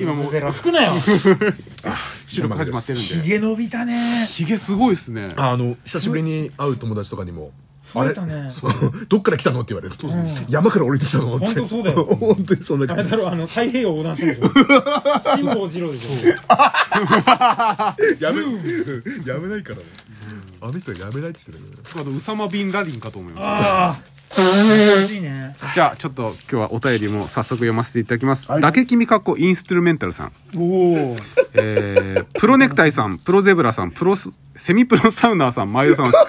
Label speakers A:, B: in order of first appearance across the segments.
A: 今もう
B: ゼロ吹くなよ
A: 収録始まってる
B: ひ
A: んで
B: げ伸びたね
A: ひげすごいですね
C: あの久しぶりに会う友達とかにも 「
B: 増えたね
C: あれどっから来たの?」って言われる、山から降りてきたの?」って
B: 本当そうだよ
C: 本当にそんな
B: あ
C: 感
B: れ
C: じ
B: だろあの太平洋横断してるでしょ辛坊治郎でしょ
C: やめ やめないからねあの人はやめないって言ってたけど
A: あとウサマ・ビン・ラディンかと思いま
B: ああ欲しいね
A: すじゃあちょっと今日はお便りも早速読ませていただきます、だけ君かっこインストゥルメンタルさん
B: おお
A: えープロネクタイさん、プロゼブラさん、プロスセミプロサウナーさん、マユさん。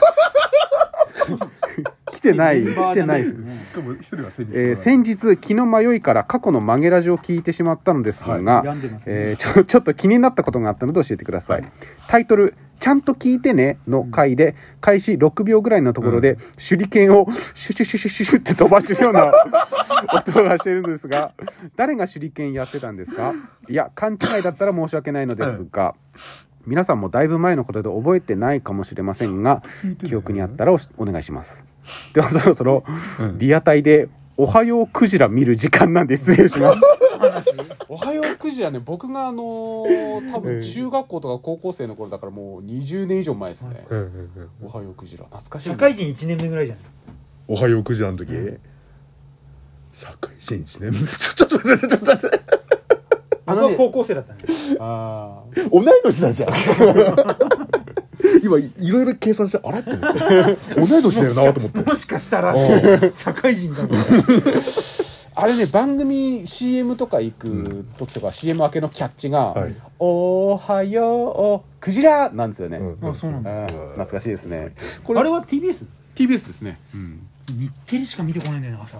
A: 来てない、来てないですね。
C: しかも一人はセミ
A: えー先日、気の迷いから過去の曲げラジを聞いてしまったのですが、
B: 病んでますね
A: えーちょちょ っと気になったことがあったので教えてください。タイトル、ちゃんと聞いてねの回で、開始6秒ぐらいのところで、手裏剣をシュシュシュシュシュシュって飛ばしてるよう な音がしてるのですが、誰が手裏剣やってたんですかいや、勘違いだったら申し訳ないのですが、皆さんもだいぶ前のことで覚えてないかもしれませんが、記憶にあったらおしお願いします。 ではそろそろ、リアタイで、おはようクジラ見る時間なんで失礼します。おはようクジラね、僕があの ー多分中学校とか高校生の頃だからもう20年以上前ですね。
C: うんうんうん
A: おはようクジラ。懐かしいな。
B: 社会人1年目ぐらいじゃない
C: おはようくじらの時社会人1年目 ちょっと待ってちょっと待って
A: あ
B: 僕
A: の
B: は
A: ね
B: 高校生だったね
A: あー
C: 同い年だじゃん今いろいろ計算してあれって思って同い年だよなと思って
B: もしかしたら
C: う
B: 社会人かも
A: あ れね、番組 CM とか行く時とか、CM 明けのキャッチが、
C: はい
A: おはようクジラなんですよね。
C: う ん
B: あそうなん
A: あ
B: だ
A: ー懐かしいですね。
B: これあれは TBS
A: TBS ですね。うん。
B: 日テレしか見てこないんだよね朝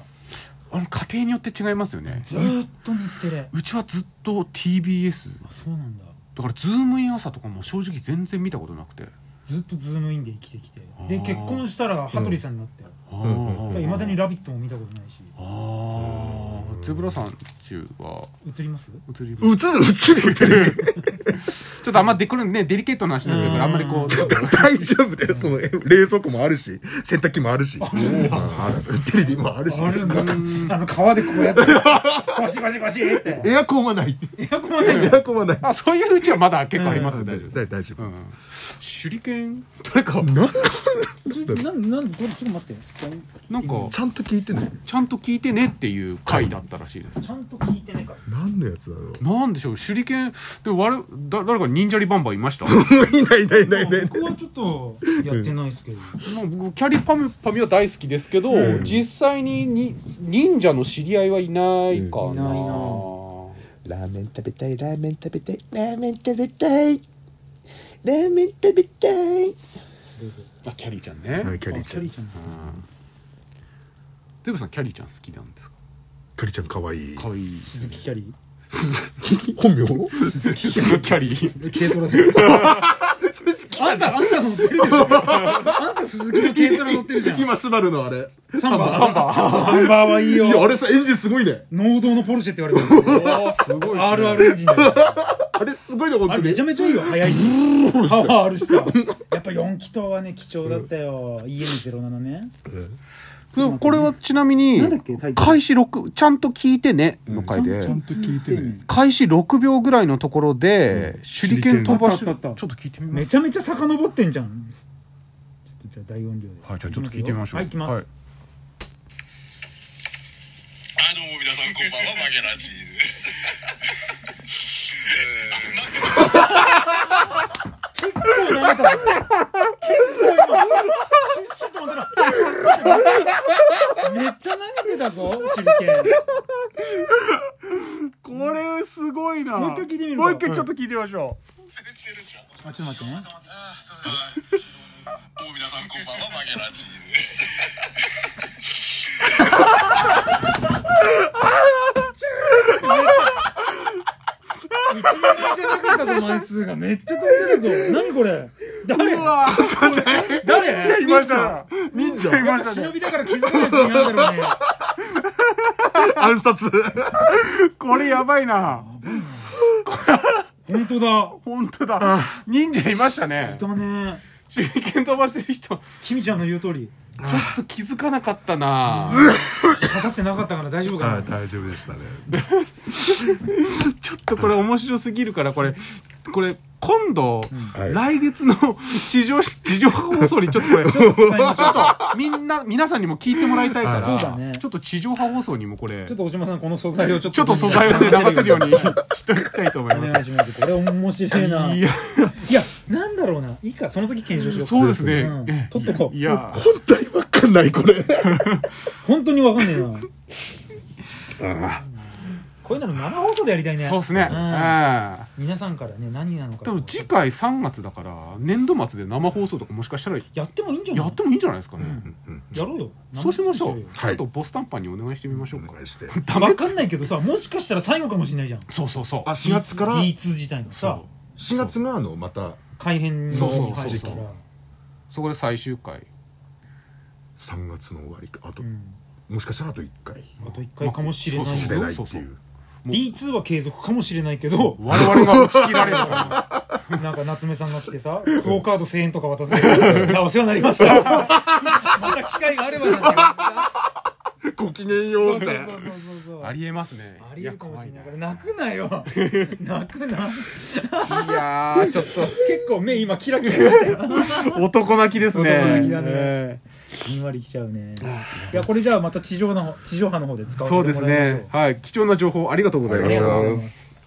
A: あの家庭によって違いますよね。
B: ずーっと日テレ
A: うちはずっと TBS。
B: あそうなんだ
A: だからズームイン朝とかも正直全然見たことなくて。
B: ずっとズームインで生きてきて
A: あー
B: で結婚したら羽鳥さんになって
A: あ
C: うんうんうん
B: いまだに「ラビット!」も見たことないし
A: ああゼブラさん中は
B: 映ります
A: 映ります
C: 映る映るテレビ
A: ちょっとあんまでこれねデリケートな話なんですけどあんまりこうちょっと
C: 大丈夫だよそのえ冷蔵庫もあるし洗濯機もあるしあるテレビもあるし
B: あるんだあの川でこうや ってゴシゴシゴシって
C: エアコンはない
B: エアコンはない
C: エアコンはない
A: あそういううちはまだ結構ありますよ大丈夫です
C: 大大丈
A: う
C: 夫
A: ん手裏剣どれか
B: なんなんこれちょっと待って
A: なんか
C: ちゃんと聞いてね
A: ちゃんと聞いてねっていう回だったらしいです
B: ちゃんと聞いてねえか
C: 何のやつだろう
A: なんでしょう手裏剣で我々だ誰か忍者リバンバンいましたまあ
C: いないいないいないいない
B: 僕はちょっとやってないですけど
A: 僕キャリパミュパミは大好きですけど
B: うん
A: 実際にに忍者の知り合いはいないか
B: うんい
A: な
B: ないな
D: ラーメン食べたいラーメン食べたいラーメン食べたいラーメン食べたい
A: あキャリーちゃんね
C: はいキャリーちゃん
B: あ
C: キ
B: ちゃんです
A: ゼブさんキャリーちゃん好きなんですか
C: ャリーちゃん可愛い
A: 可愛いい
B: 鈴木キャリ
C: 本名
A: キャリー
B: ー軽トラ であんたあんた乗ってるでしょあんた鈴木の軽トラ乗ってるじゃん
C: 今スバルのあれ
B: サンバサンバサンバはいい
C: いやあ
B: よ
C: れさエンジンすごいね
B: 農道のポルシェって言われてる
A: すごい
B: RR エンジンだよ
C: あれすごいね本
B: あ
C: 当
B: れめ
C: に
B: ちゃめちゃいいよ速いしパワーあるしさやっぱ4気筒はね貴重だったよ EN07 ね
A: これはちなみに
B: なんだっけタイトル
A: 開始6ちゃんと聞いてねの回で
C: と聞いてね
A: 開始6秒ぐらいのところで手裏剣飛ばしちょ
B: あ
A: っ
B: ったあった
A: と聞いてみま
B: め
A: す
B: ちゃめちゃ遡ってんじゃんちょっとじゃあ大音量では
A: はいじゃあちょっと聞いてみましょう
B: はい行きます、
A: はい
E: あどうも皆さんこんばんはマゲラジーです。
B: 結構投げた結構今シュッシュッと 待ってなめっちゃ投げてたぞ手裏剣
A: これすごいな
B: もう一回聞いてみるか
A: もう一回ちょっと聞いてみましょ
E: 忘れてるじゃん。
B: あ ちょっと待ってね
E: あそうだ。どうも皆さんこんばんはマゲラジーです。
B: 一番前じゃなかったぞ枚数がめっちゃ飛んでたぞ何これ誰誰
A: ういました
C: 忍者
A: いました
B: 忍
A: ね
B: びだから気づかないやつになんだろうね
C: 暗殺
A: これやばいな
B: 本当だ
A: 本当だ忍者いましたね
B: だね
A: 手裏剣飛ばしてる人
B: 君ちゃんの言う通り
F: ちょっと気づかなかったな
B: 刺さってなかったから大丈夫か
C: あ
B: な
C: 大丈夫でしたね
F: ちょっとこれ面白すぎるから、これ、これ、今度、
G: はい
F: 来月の地上、地上波放送にちょっとこれ、ちょっと、
B: 使いましょう
F: みんな、皆さんにも聞いてもらいたいから、
B: そうだね
F: ちょっと地上波放送にもこれ、
B: ち
F: ち
B: ょ
F: ょ
B: っと大島さんこの素材をちょっと
F: っと素材をね、流せるようにしときたいと思い
B: お
F: ま
B: 願い
F: す。
B: しますこれ面白いない
F: や、
B: いやなんだろうないいかその時検証しよう
F: そうですね
B: うん
F: ええ
B: 取っとこう
F: いや、
G: 本体わかんないこれ
B: 本当にわかんねえなこういうの生放送でやりたいね
F: そうですね。
B: ん
F: ええ
B: 皆さんからね何なのか
F: 多分次回3月だから、年度末で生放送とかもしかしたらや
B: やってもいいんじゃない
F: ってもいいんじゃないですかね。
B: やろうよ
F: そうしましょう
B: 生。
F: ちょっとボスタンパンにお願いしてみましょう
C: お
F: か。
C: 願いして
F: ダ
B: 放送しようよ
F: メ
B: わかんないけどさもしかしたら最後かもしれないじゃん
F: そうそうそう
C: あ。4月から
B: D2 自体のさ
F: そ
C: 4
F: う
C: 月があのまた
B: 改編に
F: そうそ
B: 入
F: う
B: ったら
F: そうそこで最終回。
C: 3月の終わりかあと、
B: うん
C: もしかしたらあと1回
B: あと1回かもしれない
F: まあ
C: 知
F: そう
C: れ
F: そう
C: ないっていう
F: そうそうもう
B: D2 は継続かもしれないけど
F: 我々が打ち切られるか ら
B: なんか夏目さんが来て さクオカード1000円とか渡されてあお世 話になりましたまた機会があればなんて
C: ごきげんよ
B: そうう
C: み
B: そう
C: たい
B: そう
C: な
B: そうそう
F: ありえますね
B: ありえるかもしれない
F: や
B: から泣くなよ 泣くない
F: やーちょっ
B: 結構目今キラキラしてたよ
F: と男泣きですね
B: 男泣きだね
F: え
B: じんわりきちゃうねいやこれじゃあまた地上の地上波の方で使
F: ー
B: わせ
F: そうで
B: て
F: す
B: もらいましょう
F: ねはい貴重な情報ありがとうございま
B: あり
F: し
B: がとうござ
F: た
B: います